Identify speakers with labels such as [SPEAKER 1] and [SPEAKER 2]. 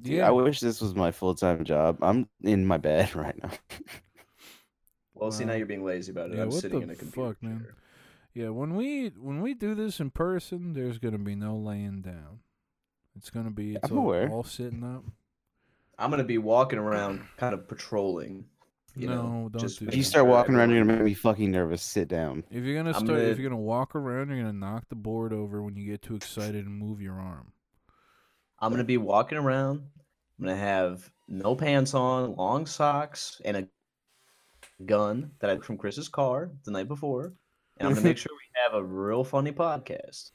[SPEAKER 1] Dude, I wish this was my full time job. I'm in my bed right now.
[SPEAKER 2] Well, see, now
[SPEAKER 3] Wow.
[SPEAKER 2] you're being lazy about it.
[SPEAKER 3] Yeah,
[SPEAKER 2] I'm
[SPEAKER 3] what
[SPEAKER 2] sitting
[SPEAKER 3] the
[SPEAKER 2] in a computer.
[SPEAKER 3] fuck, man? Yeah, when we when we do this in person, there's gonna be no laying down. It's gonna be it's
[SPEAKER 1] I'm
[SPEAKER 3] all,
[SPEAKER 1] aware.
[SPEAKER 3] all sitting up.
[SPEAKER 2] I'm gonna be walking around, kind of patrolling. You
[SPEAKER 3] no,
[SPEAKER 2] know,
[SPEAKER 3] don't
[SPEAKER 2] just
[SPEAKER 3] do
[SPEAKER 1] If
[SPEAKER 3] that.
[SPEAKER 1] you
[SPEAKER 2] making
[SPEAKER 1] start
[SPEAKER 2] sure
[SPEAKER 1] walking around, you're
[SPEAKER 2] everyone-
[SPEAKER 1] gonna make me fucking nervous. Sit down.
[SPEAKER 3] if you're gonna
[SPEAKER 2] I'm
[SPEAKER 3] start, if
[SPEAKER 2] gonna-
[SPEAKER 3] you're gonna walk around, you're gonna knock the board over when you get too excited and move your arm.
[SPEAKER 2] I'm gonna be walking around. I'm gonna have no pants on, long socks, and a gun that I took from Chris's car the night before. And I'm gonna make sure we have a real funny podcast.